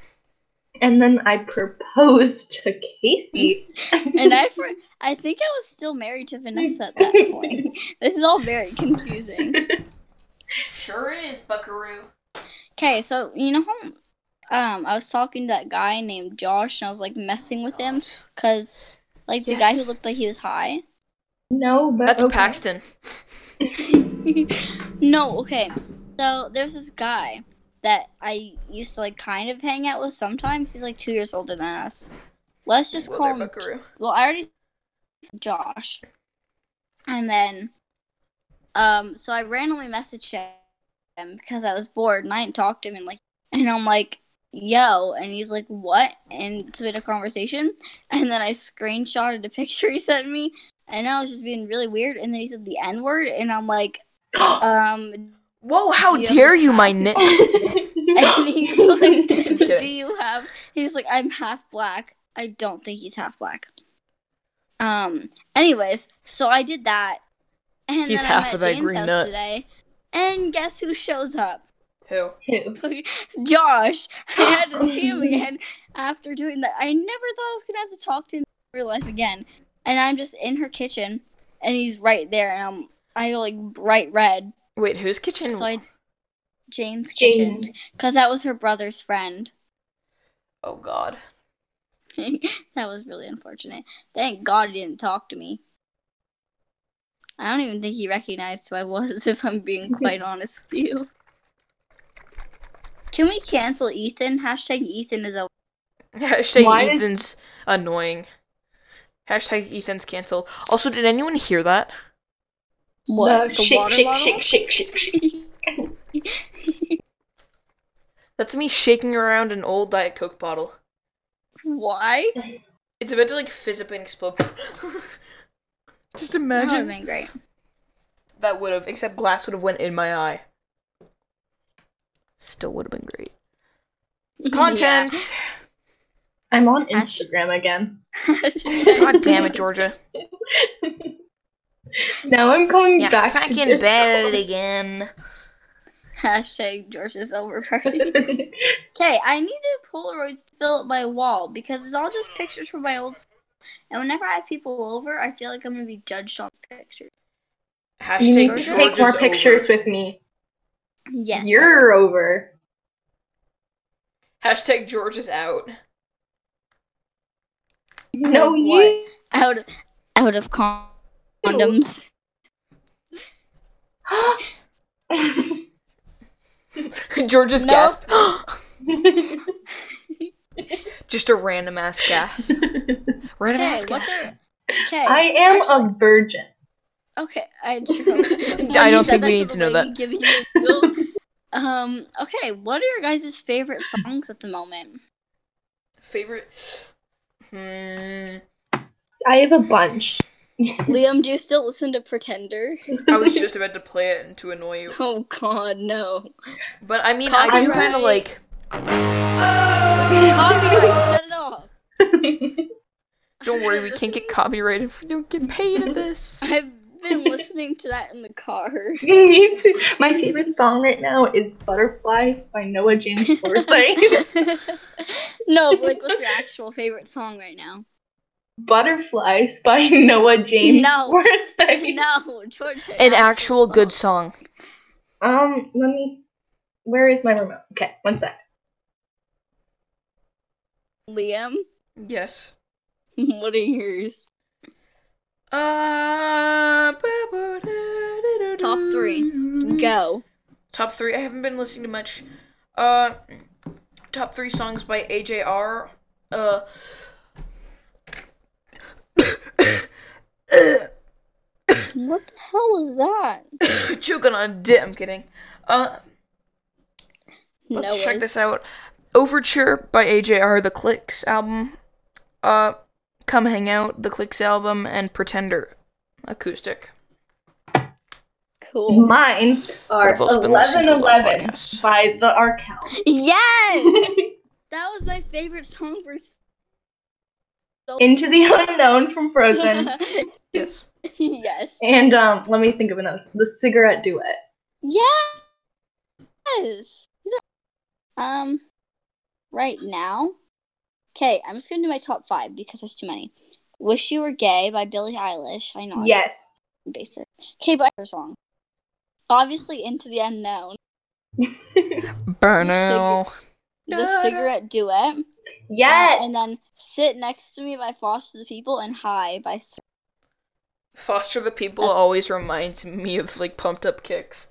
Speaker 2: and then I proposed to Casey.
Speaker 3: and I, for, I think I was still married to Vanessa at that point. this is all very confusing.
Speaker 1: sure is buckaroo
Speaker 3: Okay, so you know how um I was talking to that guy named Josh and I was like messing with him cuz like the guy who
Speaker 1: Yes.
Speaker 3: looked like he was high.
Speaker 2: no, but
Speaker 1: that's
Speaker 2: okay.
Speaker 1: paxton
Speaker 3: no, okay. So there's this guy that I used to like kind of hang out with sometimes. He's like 2 years older than us. Let's just
Speaker 1: well,
Speaker 3: call
Speaker 1: they're
Speaker 3: him
Speaker 1: buckaroo
Speaker 3: well, I already said Josh. And then um so I randomly messaged him because I was bored and I hadn't talked to him and like and I'm like, yo, and he's like, What? And so we had a conversation and then I screenshotted a picture he sent me and I was just being really weird and then he said the N word and I'm like, um
Speaker 1: whoa how
Speaker 3: Do you have
Speaker 1: dare
Speaker 3: a
Speaker 1: you my
Speaker 3: Paxton?
Speaker 1: nick
Speaker 3: and he's like,
Speaker 1: kidding.
Speaker 3: Do you have he's like, I'm half black. I don't think he's half black. Um anyways, so I did that and
Speaker 1: He's
Speaker 3: then
Speaker 1: half
Speaker 3: I'm at
Speaker 1: of that
Speaker 3: Jane's
Speaker 1: green
Speaker 3: house
Speaker 1: nut.
Speaker 3: today. And guess who shows up?
Speaker 1: who
Speaker 2: Ew.
Speaker 3: Josh, I had to see him again after doing that. I never thought I was gonna have to talk to him in real life again. And I'm just in her kitchen, and he's right there, and I'm I go like bright red.
Speaker 1: wait whose kitchen
Speaker 3: So I Jane's kitchen
Speaker 2: James.
Speaker 3: because that was her brother's friend.
Speaker 1: oh god
Speaker 3: that was really unfortunate. Thank God he didn't talk to me. I don't even think he recognized who I was, if I'm being quite honest with you. Can we cancel Ethan? Hashtag Ethan is a
Speaker 1: Hashtag
Speaker 2: Why did-
Speaker 1: Ethan's annoying. Hashtag Ethan's canceled. Also, did anyone hear that?
Speaker 3: What,
Speaker 2: The
Speaker 3: the
Speaker 2: shake,
Speaker 3: water
Speaker 2: shake,
Speaker 3: bottle?
Speaker 2: shake, shake, shake, shake.
Speaker 1: That's me shaking around an old Diet Coke bottle.
Speaker 3: Why?
Speaker 1: It's about to like fizz up and explode. Just
Speaker 3: That would
Speaker 1: imagine
Speaker 3: have been great.
Speaker 1: that would have, except glass would have went in my eye. Still would have been great. Content.
Speaker 2: I'm on
Speaker 3: Ash-
Speaker 2: Instagram again.
Speaker 3: Yeah.
Speaker 1: God damn it, Georgia.
Speaker 2: Now I'm going
Speaker 1: Yeah,
Speaker 2: back. to
Speaker 1: fucking
Speaker 2: Discord.
Speaker 1: bad at it again.
Speaker 3: Hashtag George's over party. Okay, I needed Polaroids to fill up my wall because it's all just pictures from my old school. And whenever I have people over, I feel like I'm gonna be judged on the pictures.
Speaker 2: you
Speaker 1: Hashtag
Speaker 2: need
Speaker 1: Georgia's
Speaker 2: to take more
Speaker 1: over.
Speaker 2: pictures with me.
Speaker 3: Yes.
Speaker 2: You're over.
Speaker 1: Hashtag George is out.
Speaker 3: Out
Speaker 2: No,
Speaker 3: of what?
Speaker 2: you.
Speaker 3: out out of con- condoms.
Speaker 1: George's
Speaker 3: No.
Speaker 1: gasp. Just a random ass gasp. Random
Speaker 3: Okay,
Speaker 1: ass
Speaker 3: what's
Speaker 1: gasp.
Speaker 3: our? Okay,
Speaker 2: I am
Speaker 3: actually-
Speaker 2: a virgin.
Speaker 3: okay. I sure hope so. When
Speaker 1: I
Speaker 3: you
Speaker 1: don't
Speaker 3: said
Speaker 1: think
Speaker 3: that
Speaker 1: we
Speaker 3: to
Speaker 1: need
Speaker 3: the
Speaker 1: to know
Speaker 3: lady
Speaker 1: that.
Speaker 3: giving you the bill- um. Okay, what are your guys' favorite songs at the moment?
Speaker 1: Favorite. Hmm.
Speaker 2: I have a bunch.
Speaker 3: Liam, do you still listen to Pretender?
Speaker 1: I was just about to play it and to annoy you,
Speaker 3: Oh God, no.
Speaker 1: but I mean, I do kind of
Speaker 3: Copyright.
Speaker 1: like.
Speaker 3: Copyright, shut it off.
Speaker 1: Don't worry, we can't get copyrighted if we don't get paid at this.
Speaker 3: I've been listening to that in the car.
Speaker 2: Me too. My favorite song right now is Butterflies by Noah James Forsythe.
Speaker 3: no, but like, what's your actual favorite song right now?
Speaker 2: Butterflies by Noah James
Speaker 3: No.
Speaker 2: Forsythe.
Speaker 3: No, Georgia.
Speaker 1: An actual good
Speaker 3: song.
Speaker 1: song.
Speaker 2: Um, let me. Where is my remote? Okay, one sec.
Speaker 3: Liam,
Speaker 1: Yes.
Speaker 3: what are yours?
Speaker 1: Uh,
Speaker 3: Top three. Go.
Speaker 1: Top three. I haven't been listening to much. Uh, top three songs by AJR. Uh.
Speaker 3: What the hell was that?
Speaker 1: Choking on dip. I'm kidding. Uh, let's
Speaker 3: no,
Speaker 1: check this out. Overture by AJR, the Clicks album. Uh, Come Hang Out, the Clicks album, and Pretender, acoustic.
Speaker 3: Cool.
Speaker 2: Mine are
Speaker 1: I've also been listening
Speaker 2: eleven
Speaker 1: to a lot of
Speaker 2: eleven
Speaker 1: podcasts.
Speaker 2: by the Arcal.
Speaker 3: Yes, that was my favorite song for. s- So-
Speaker 2: Into the unknown from Frozen.
Speaker 1: Yes.
Speaker 3: yes.
Speaker 2: And um, let me think of another. The cigarette duet.
Speaker 3: Yes. These are- Um, right now. Okay, I'm just gonna do my top five because there's too many. "Wish You Were Gay" by Billie Eilish. I know. I'm
Speaker 2: Yes.
Speaker 3: Basic. Okay, but her song. Obviously, "Into the Unknown."
Speaker 1: Burnout.
Speaker 3: The cigarette duet. uh,
Speaker 2: Yes.
Speaker 3: and then "Sit Next to Me" by Foster the People and "High" by. Sir-
Speaker 1: Foster the People always reminds me of like pumped up kicks.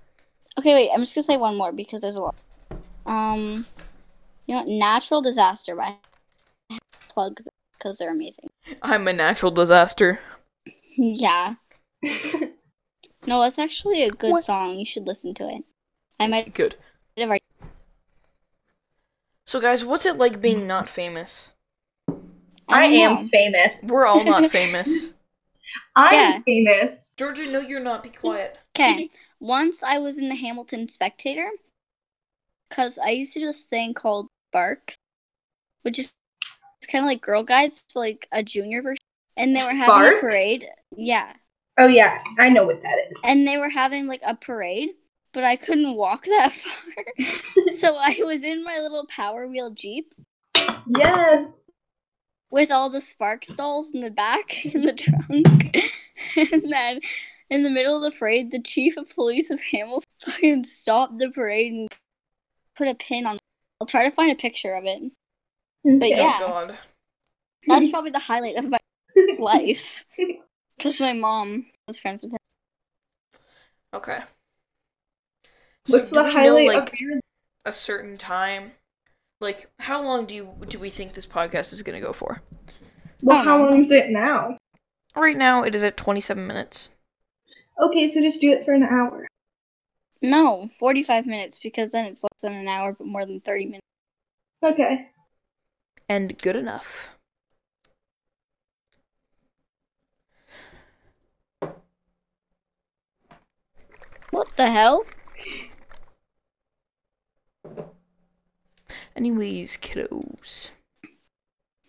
Speaker 3: Okay, wait. I'm just gonna say one more because there's a lot. Um, you know, what? natural disaster by plug because they're amazing.
Speaker 1: I'm a natural disaster.
Speaker 3: Yeah. No, it's actually a good
Speaker 1: What?
Speaker 3: song. You should listen to it. I might
Speaker 1: Good.
Speaker 3: have already.
Speaker 1: So, guys, what's it like being not famous?
Speaker 2: I
Speaker 3: don't
Speaker 2: am
Speaker 3: know.
Speaker 2: famous.
Speaker 1: We're all not famous.
Speaker 2: I
Speaker 3: Yeah.
Speaker 2: am famous.
Speaker 1: Georgia, no, you're not. Be quiet.
Speaker 3: Okay. Once I was in the Hamilton Spectator because I used to do this thing called Barks, which is it's kind of like Girl Guides, but like a junior version. And they were having
Speaker 2: Sparks?
Speaker 3: a parade. Yeah.
Speaker 2: Oh yeah, I know what that is.
Speaker 3: And they were having like a parade, but I couldn't walk that far. so I was in my little Power Wheel Jeep
Speaker 2: Yes.
Speaker 3: with all the spark stalls in the back in the trunk. and then in the middle of the parade, the chief of police of Hamilton fucking stopped the parade and put a pin on. I'll try to find a picture of it. But
Speaker 2: Okay.
Speaker 3: yeah.
Speaker 1: Oh, God.
Speaker 3: That's probably the highlight of my life because my mom was friends with him.
Speaker 1: Okay. So
Speaker 2: What's
Speaker 1: do
Speaker 2: the
Speaker 1: we
Speaker 2: highlight
Speaker 1: know, like,
Speaker 2: of your
Speaker 1: a certain time? Like, how long do you do we think this podcast is gonna go for?
Speaker 2: Well,
Speaker 3: don't
Speaker 2: how
Speaker 3: know.
Speaker 2: long is it now?
Speaker 1: Right now, it is at 27 minutes.
Speaker 2: Okay, so just do it for an hour.
Speaker 3: No, 45 minutes because then it's less than an hour, but more than 30 minutes.
Speaker 2: Okay.
Speaker 1: and good enough.
Speaker 3: What the hell?
Speaker 1: Anyways, kiddos.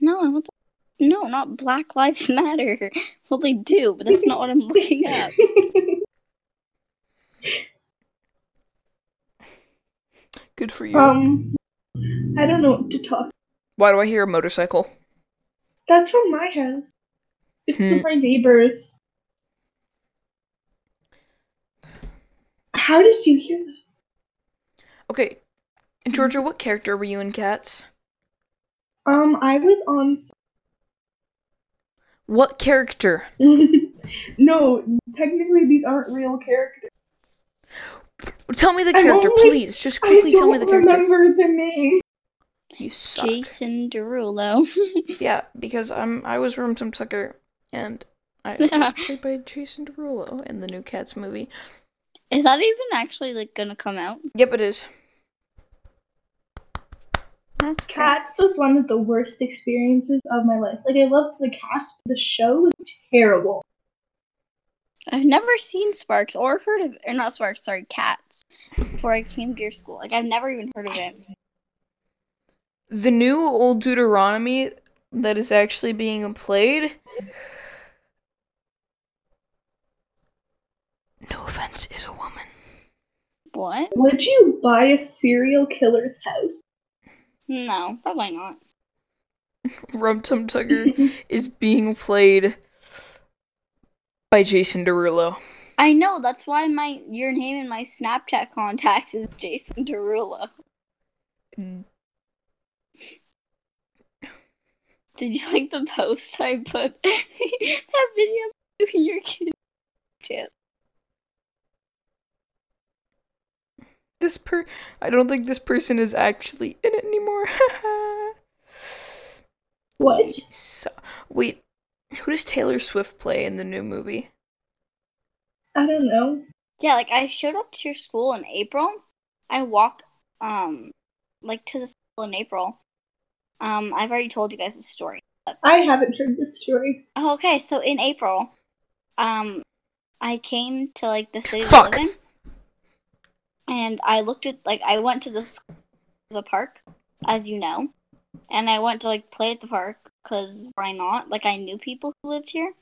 Speaker 3: No, I want to- no, not Black Lives Matter. Well, they do, but that's not what I'm looking up.
Speaker 1: Good for you.
Speaker 2: um, I don't know what to talk.
Speaker 1: Why do I hear a motorcycle?
Speaker 2: That's from my house. It's
Speaker 1: Hmm.
Speaker 2: from my neighbors. How did you hear that?
Speaker 1: Okay.
Speaker 2: Mm-hmm.
Speaker 1: Georgia, what character were you in Cats?
Speaker 2: Um, I was on. s-
Speaker 1: What character?
Speaker 2: no, technically these aren't real characters.
Speaker 1: Tell me the
Speaker 2: I'm
Speaker 1: character,
Speaker 2: only-
Speaker 1: please. Just
Speaker 2: I
Speaker 1: quickly tell
Speaker 2: don't
Speaker 1: me the character.
Speaker 2: remember the name.
Speaker 1: You suck.
Speaker 3: Jason Derulo.
Speaker 1: Yeah, because I'm I was Room Tum Tucker and I was played by Jason Derulo in the new Cats movie.
Speaker 3: Is that even actually like gonna come out?
Speaker 1: Yep, it is.
Speaker 3: That's crap.
Speaker 2: Cats was one of the worst experiences of my life. Like I loved the cast, but the show was terrible.
Speaker 3: I've never seen Sparks or heard of or not Sparks, sorry, Cats before I came to your school. Like I've never even heard of it.
Speaker 1: The new old Deuteronomy that is actually being played. No offense, is a woman.
Speaker 3: What?
Speaker 2: Would you buy a serial killer's house?
Speaker 3: No, probably not.
Speaker 1: Rum Tum Tugger is being played by Jason Derulo.
Speaker 3: I know, that's why my your name in my Snapchat contacts is Jason Derulo. Did you like the post I put that video of you and your kid?
Speaker 1: this per I don't think this person is actually in it anymore.
Speaker 2: What?
Speaker 1: so, wait, who does Taylor Swift play in the new movie?
Speaker 2: I don't know.
Speaker 3: Yeah, like I showed up to your school in April. I walked um like to the school in April. Um, I've already told you guys the story.
Speaker 2: I haven't heard this story.
Speaker 3: Oh, okay, so in April, um, I came to like the city
Speaker 1: Fuck.
Speaker 3: we live in, and I looked at like I went to the school, a park, as you know, and I went to like play at the park because why not? Like I knew people who lived here,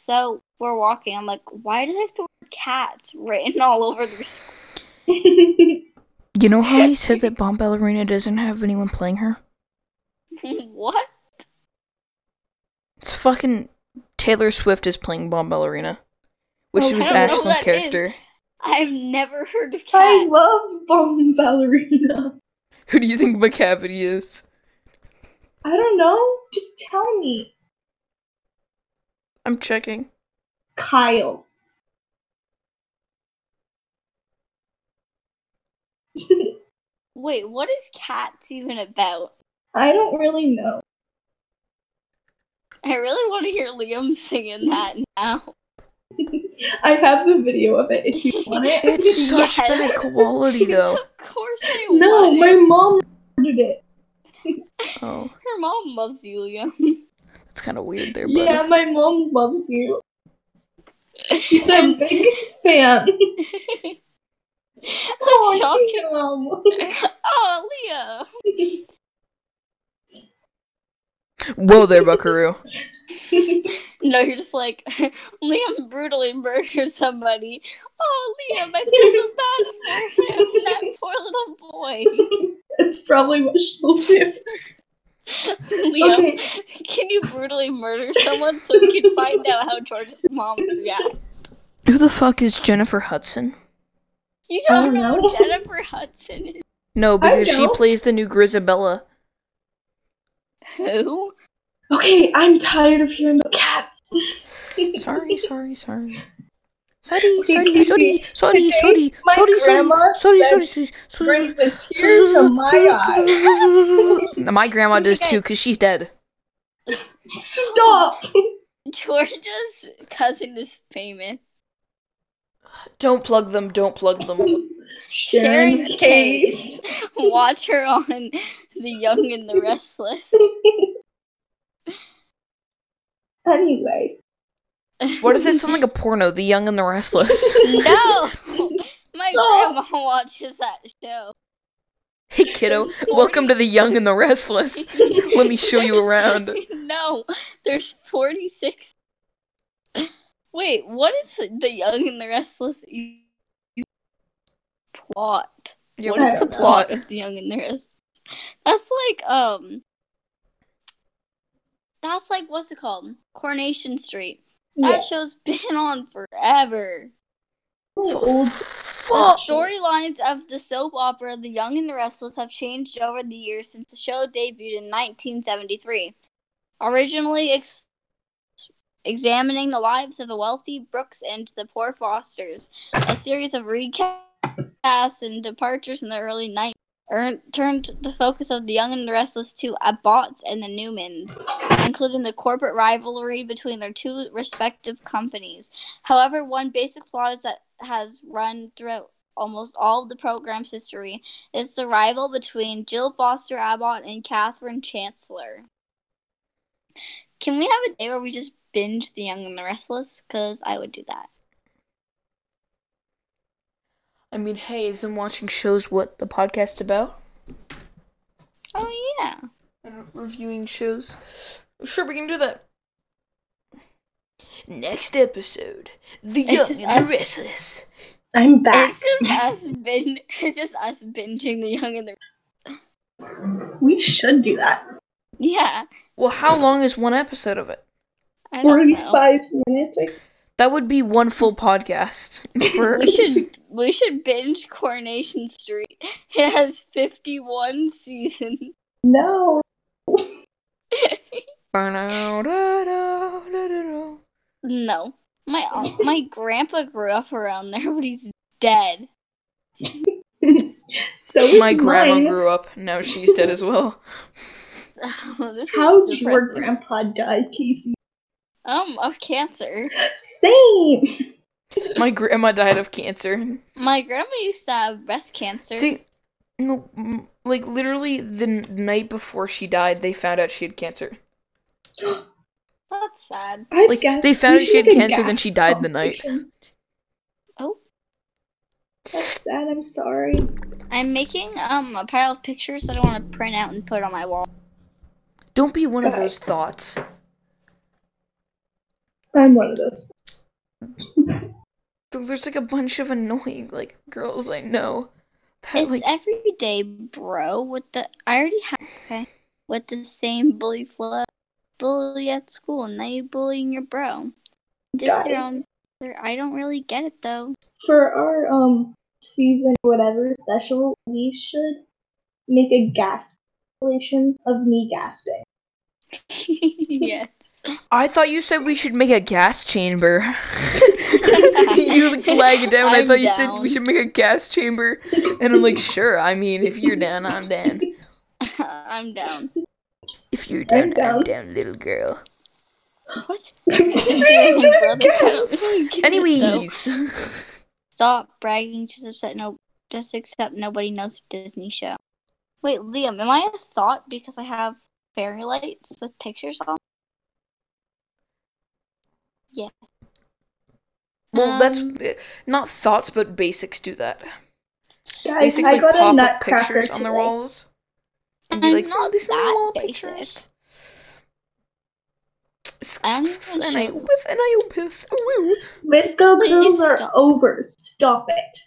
Speaker 3: so we're walking. I'm like, why do they have the word cats written all over their school?
Speaker 1: You know how you said that Bomb Ballerina doesn't have anyone playing her?
Speaker 3: what?
Speaker 1: It's fucking Taylor Swift is playing Bomb Ballerina, which
Speaker 3: Oh,
Speaker 1: was
Speaker 3: I don't know
Speaker 1: Ashlyn's
Speaker 3: who that is.
Speaker 1: character.
Speaker 3: I've never heard of
Speaker 2: I
Speaker 3: cats.
Speaker 2: love Bomb Ballerina.
Speaker 1: Who do you think McCavity is?
Speaker 2: I don't know. Just tell me.
Speaker 1: I'm checking.
Speaker 2: Kyle.
Speaker 3: Wait, what is cats even about?
Speaker 2: I don't really know.
Speaker 3: I really want to hear Liam singing that now.
Speaker 2: I have the video of it if you want it.
Speaker 1: It's such
Speaker 3: Yes.
Speaker 1: bad quality though.
Speaker 3: of course I
Speaker 2: no,
Speaker 3: want
Speaker 2: my
Speaker 3: it.
Speaker 2: mom ordered it.
Speaker 1: Oh,
Speaker 3: Her mom loves you, Liam.
Speaker 1: that's kind of weird there, buddy.
Speaker 2: Yeah, my mom loves you. She's a
Speaker 3: And-
Speaker 2: big fan.
Speaker 3: That's
Speaker 2: Oh,
Speaker 3: shocking.
Speaker 2: mom.
Speaker 3: Oh, Leo.
Speaker 1: Whoa there, Buckaroo.
Speaker 3: No, you're just like, Liam brutally murdered somebody. Oh, Liam, I feel so bad for him. That poor little boy.
Speaker 2: That's probably what she'll do.
Speaker 3: Liam,
Speaker 2: Okay.
Speaker 3: can you brutally murder someone so we can find out how George's mom would react?
Speaker 1: Who the fuck is Jennifer Hudson?
Speaker 3: You
Speaker 2: I
Speaker 3: don't
Speaker 2: don't
Speaker 3: know
Speaker 2: know.
Speaker 3: Jennifer Hudson is
Speaker 1: No, because she
Speaker 2: know.
Speaker 1: plays the new Grisabella.
Speaker 3: who?
Speaker 2: Okay, I'm tired of hearing about cats.
Speaker 1: Sorry, sorry, sorry. Sorry,
Speaker 2: Okay,
Speaker 1: sorry,
Speaker 2: Casey,
Speaker 1: sorry, sorry,
Speaker 2: today,
Speaker 1: sorry,
Speaker 2: my
Speaker 1: sorry, sorry,
Speaker 2: grandma
Speaker 1: sorry,
Speaker 2: said
Speaker 1: sorry, sorry, sorry.
Speaker 2: Brings a tear to my eye.
Speaker 1: My grandma does
Speaker 3: Okay,
Speaker 1: too,
Speaker 3: guys.
Speaker 1: cause she's dead.
Speaker 2: Stop!
Speaker 3: George's cousin is famous.
Speaker 1: Don't plug them. Don't plug them.
Speaker 3: Sharon
Speaker 2: Sharon Case.
Speaker 3: Case. Watch her on The Young and the Restless.
Speaker 2: Anyway,
Speaker 1: What does it sound like a porno? The Young and the Restless.
Speaker 3: No! My
Speaker 2: Stop.
Speaker 3: grandma watches that show.
Speaker 1: Hey kiddo, welcome to the Young and the Restless. Let me show you
Speaker 3: There's-
Speaker 1: around.
Speaker 3: No, there's 46. Wait, what is The Young and the Restless e- e- plot?
Speaker 1: Yeah,
Speaker 3: what
Speaker 2: I
Speaker 3: is the
Speaker 2: don't know.
Speaker 3: plot of The Young and the Restless? That's like, um. That's like, what's it called? Coronation Street.
Speaker 2: yeah.
Speaker 3: That show's been on forever.
Speaker 2: old.
Speaker 3: The
Speaker 1: Fuck.
Speaker 3: storylines of the soap opera The Young and the Restless have changed over the years since the show debuted in 1973. Originally ex- examining the lives of the wealthy Brooks and the poor Fosters, a series of recasts and departures in the early 90s earned, turned the focus of The Young and the Restless to Abbotts and the Newmans, including the corporate rivalry between their two respective companies. However, one basic plot is that has run throughout almost all of the program's history is the rival between Jill Foster Abbott and Catherine Chancellor. Can we have a day where we just binge The Young and the Restless? Because I would do that.
Speaker 1: I mean, hey, isn't watching shows what the podcast about?
Speaker 3: Oh yeah.
Speaker 1: And reviewing shows. Sure, we can do that. Next episode, The
Speaker 3: It's just
Speaker 1: Young and the
Speaker 3: us.
Speaker 1: Restless.
Speaker 2: I'm back.
Speaker 3: It's just us bin- It's just us binging The Young and the.
Speaker 2: We should do that.
Speaker 3: Yeah.
Speaker 1: Well, how long is one episode of it?
Speaker 3: I don't know.
Speaker 2: 45 minutes. I
Speaker 1: That would be one full podcast. For
Speaker 3: We should we should binge Coronation Street. It has fifty one seasons.
Speaker 2: No.
Speaker 3: No. My un- my grandpa grew up around there, but he's dead.
Speaker 2: So is
Speaker 1: My grandma
Speaker 2: mine.
Speaker 1: grew up. Now she's dead as well.
Speaker 3: This is
Speaker 2: How did your
Speaker 3: depressing.
Speaker 2: grandpa die, Casey?
Speaker 3: Um, of cancer.
Speaker 2: Same.
Speaker 1: My grandma died of cancer.
Speaker 3: My grandma used to have breast cancer.
Speaker 1: See, no, m- like literally the n- night before she died, they found out she had cancer.
Speaker 3: That's sad.
Speaker 2: I
Speaker 1: Like
Speaker 2: guess
Speaker 1: they found
Speaker 2: we
Speaker 1: out she had
Speaker 2: should
Speaker 1: cancer, then
Speaker 2: gas
Speaker 1: she died the night.
Speaker 2: competition.
Speaker 3: Oh.
Speaker 2: That's sad. I'm sorry.
Speaker 3: I'm making um a pile of pictures that I want to print out and put on my wall.
Speaker 1: Don't be one of
Speaker 2: Okay.
Speaker 1: those thoughts.
Speaker 2: I'm one of those.
Speaker 1: Th- There's like a bunch of annoying like girls I know. That,
Speaker 3: It's
Speaker 1: like,
Speaker 3: every day, bro. With the I already have okay. With the same bully flo bully at school, and now you bullying your bro. This year,
Speaker 2: Guys.
Speaker 3: um, I don't really get it though.
Speaker 2: For our um season whatever special, we should make a gasp compilation of me gasping.
Speaker 3: yes.
Speaker 1: I thought you said we should make a gas chamber. you like, lagged down. i
Speaker 3: I'm
Speaker 1: thought you said
Speaker 3: down.
Speaker 1: we should make a gas chamber, and I'm like, sure. I mean, if you're down, I'm down.
Speaker 3: I'm down.
Speaker 1: If you're down,
Speaker 2: I'm
Speaker 1: I'm
Speaker 2: down.
Speaker 1: down, little girl.
Speaker 3: What is your brother? I don't really get it, though.
Speaker 1: Anyways,
Speaker 3: Stop bragging. Just upset. No, just accept nobody knows a Disney show. Wait, Liam, am I a thought because I have fairy lights with pictures on? Yeah.
Speaker 1: well, that's
Speaker 3: Um,
Speaker 1: not thoughts, but basics do that.
Speaker 2: Guys,
Speaker 1: Basics
Speaker 2: I
Speaker 1: like
Speaker 2: got a
Speaker 1: pop up
Speaker 2: nutcracker
Speaker 1: pictures on their
Speaker 2: today.
Speaker 1: walls. And
Speaker 3: I'm
Speaker 1: be like, oh,
Speaker 3: not
Speaker 1: these are
Speaker 3: that
Speaker 1: my wall
Speaker 3: basic.
Speaker 1: pictures.
Speaker 3: I'm not
Speaker 1: And I
Speaker 3: sure.
Speaker 1: whiff and I whiff. Woo.
Speaker 2: Visco
Speaker 3: Please
Speaker 2: girls are
Speaker 3: stop.
Speaker 2: over. Stop it.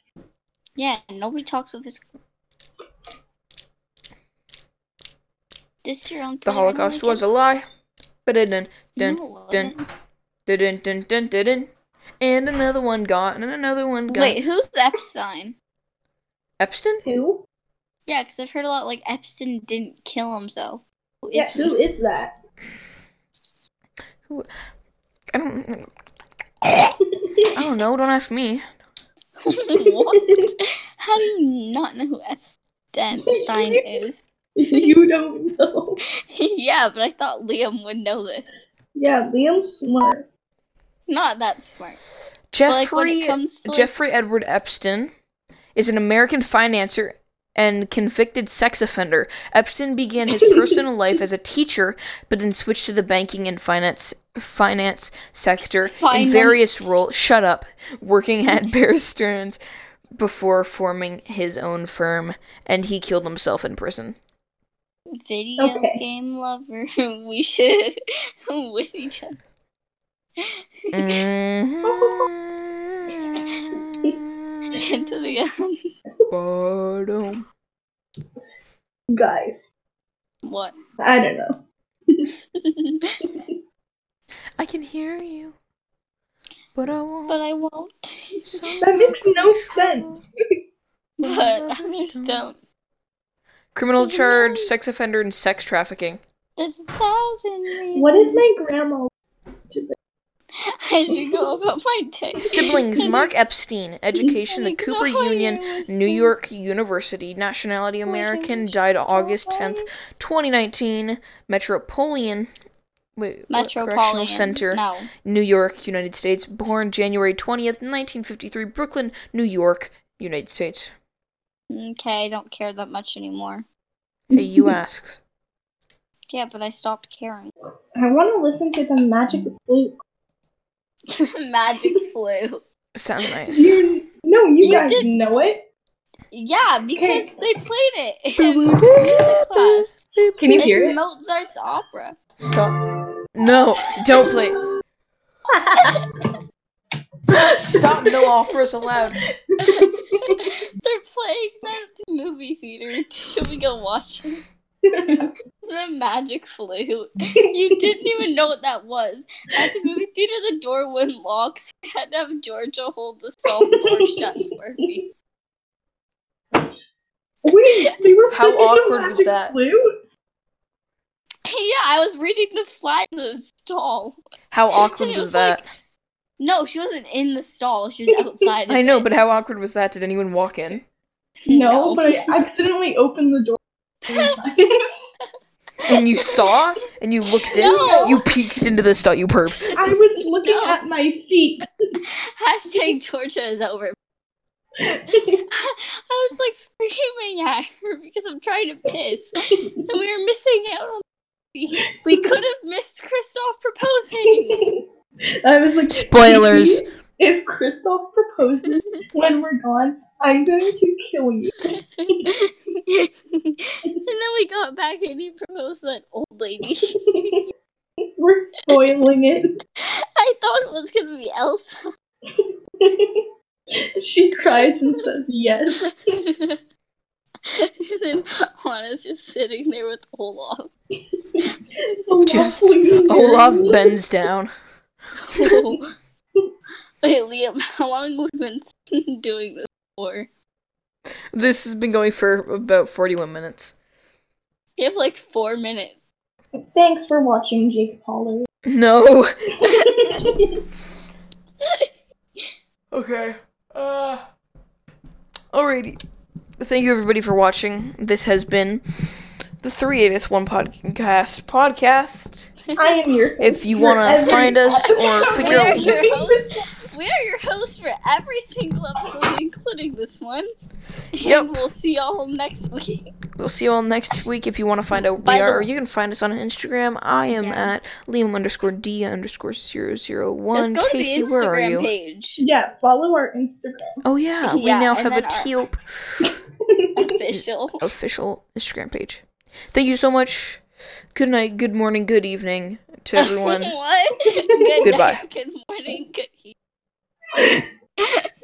Speaker 3: Yeah, nobody talks with his. This your own.
Speaker 1: The Holocaust was a lie. But it didn't. Dun, dun, dun, dun, dun, dun, dun. And another one gone, and another one gone.
Speaker 3: Wait, who's Epstein?
Speaker 1: Epstein?
Speaker 2: Who?
Speaker 3: Yeah, because I've heard a lot like Epstein didn't kill himself. Who
Speaker 2: Yeah,
Speaker 3: is he?
Speaker 2: who is that?
Speaker 1: I don't. I don't know. Don't ask me.
Speaker 3: what? How do you not know who Epstein is?
Speaker 2: you don't know.
Speaker 3: yeah, but I thought Liam would know this.
Speaker 2: Yeah, Liam's smart.
Speaker 3: Not that smart. But,
Speaker 1: Jeffrey.
Speaker 3: like when it comes to like,
Speaker 1: Jeffrey Edward Epstein is an American financier and convicted sex offender. Epstein began his personal life as a teacher, but then switched to the banking and finance finance sector in various
Speaker 3: Finance.
Speaker 1: roles. Shut up. Working at Bear Stearns before forming his own firm, and he killed himself in prison.
Speaker 3: video
Speaker 2: Okay.
Speaker 3: game lover, we should with each other. Mm-hmm.
Speaker 1: Mhm.
Speaker 3: Into the um,
Speaker 1: Ba-dum.
Speaker 2: Guys,
Speaker 3: what?
Speaker 2: I don't know.
Speaker 3: but
Speaker 1: I can hear you, but I won't.
Speaker 3: I won't.
Speaker 2: That makes no sense.
Speaker 3: But I just don't.
Speaker 1: Criminal charge, sex offender, and sex trafficking.
Speaker 3: There's a thousand reasons.
Speaker 2: What did my grandma do?
Speaker 3: I should go about my day.
Speaker 1: Siblings Mark Epstein, education,
Speaker 3: I
Speaker 1: the
Speaker 3: didn't
Speaker 1: Cooper
Speaker 3: know
Speaker 1: Union,
Speaker 3: you was
Speaker 1: New
Speaker 3: gonna
Speaker 1: York University, nationality American, died August 10th, 2019, Metropolitan. Wait, what? Correctional
Speaker 3: Metropolitan
Speaker 1: Center,
Speaker 3: No,
Speaker 1: New York, United States. Born January 20th, 1953, Brooklyn, New York, United States.
Speaker 3: okay, I don't care that much anymore.
Speaker 1: Hey, you ask.
Speaker 3: Yeah, but I stopped caring.
Speaker 2: I want to listen to the magic flute.
Speaker 3: Magic flu.
Speaker 1: Sounds nice.
Speaker 2: You no, you,
Speaker 3: You
Speaker 2: guys
Speaker 3: did-
Speaker 2: know it.
Speaker 3: Yeah, because they played it in music class.
Speaker 2: Can you
Speaker 3: It's
Speaker 2: hear it?
Speaker 3: Mozart's opera.
Speaker 1: Stop. No, don't play. Stop, no operas allowed.
Speaker 3: They're playing that at the movie theater. Should we go watch it? The magic flute. You didn't even know what that was. At the movie theater, the door wouldn't lock, so I had to have Georgia hold the stall door shut for me.
Speaker 2: Wait, we were
Speaker 1: How
Speaker 2: playing the
Speaker 1: awkward was
Speaker 2: magic
Speaker 1: that?
Speaker 2: Flute?
Speaker 3: Yeah, I was reading the flag of the stall.
Speaker 1: How awkward
Speaker 3: It
Speaker 1: was,
Speaker 3: was
Speaker 1: that?
Speaker 3: No, she wasn't in the stall. She was outside. of
Speaker 1: I know,
Speaker 3: it.
Speaker 1: but how awkward was that? Did anyone walk in?
Speaker 2: No, but I accidentally opened the door. I
Speaker 1: and you saw and you looked in.
Speaker 3: No.
Speaker 1: You peeked into the stall. You perv.
Speaker 2: was looking
Speaker 3: No.
Speaker 2: at my feet.
Speaker 3: Hashtag torture is over. I was like screaming at her because I'm trying to piss, and we were missing out on. We could have missed Kristoff proposing.
Speaker 2: I was like,
Speaker 1: Spoilers.
Speaker 2: "Kiki, If Kristoff proposes when we're gone, I'm going to kill you.
Speaker 3: and then we got back and he proposed to that old lady.
Speaker 2: We're spoiling
Speaker 3: I thought it was gonna be Elsa.
Speaker 2: it. she cries and says yes.
Speaker 3: and then Anna's just sitting there with Olaf.
Speaker 1: Just-
Speaker 2: Olaf, will you marry
Speaker 1: Olaf
Speaker 2: me?
Speaker 1: bends down.
Speaker 3: Wait, Liam, how long have we been doing this for?
Speaker 1: This has been going for about 41 minutes.
Speaker 3: You have like four minutes.
Speaker 2: Thanks for watching, Jake Pollard.
Speaker 1: No. Okay. Uh. Alrighty. Thank you everybody for watching. This has been the Three Eight One Podcast podcast.
Speaker 2: I am your.
Speaker 1: If you want to find us or
Speaker 3: We
Speaker 1: figure
Speaker 3: are
Speaker 1: out,
Speaker 3: your host. We are your host for every single episode, including this one.
Speaker 1: Yep.
Speaker 3: And we'll see y'all next week.
Speaker 1: we'll see you all next week. If you want to find out where
Speaker 3: By
Speaker 1: we
Speaker 3: the
Speaker 1: are,
Speaker 3: way-
Speaker 1: you can find us on Instagram. I am
Speaker 3: Yeah.
Speaker 1: at Liam underscore D underscore zero zero
Speaker 3: Just
Speaker 1: one.
Speaker 3: go to the
Speaker 1: Casey, where are you?
Speaker 3: Instagram page.
Speaker 2: Yeah, follow our Instagram.
Speaker 1: Oh yeah, we
Speaker 3: Yeah,
Speaker 1: now
Speaker 3: and
Speaker 1: have a
Speaker 3: then our-
Speaker 1: Teop
Speaker 3: Official.
Speaker 1: official Instagram page. Thank you so much. Good night, good morning, good evening to everyone.
Speaker 3: what? Good
Speaker 1: Goodbye.
Speaker 3: night, Good morning. Good evening.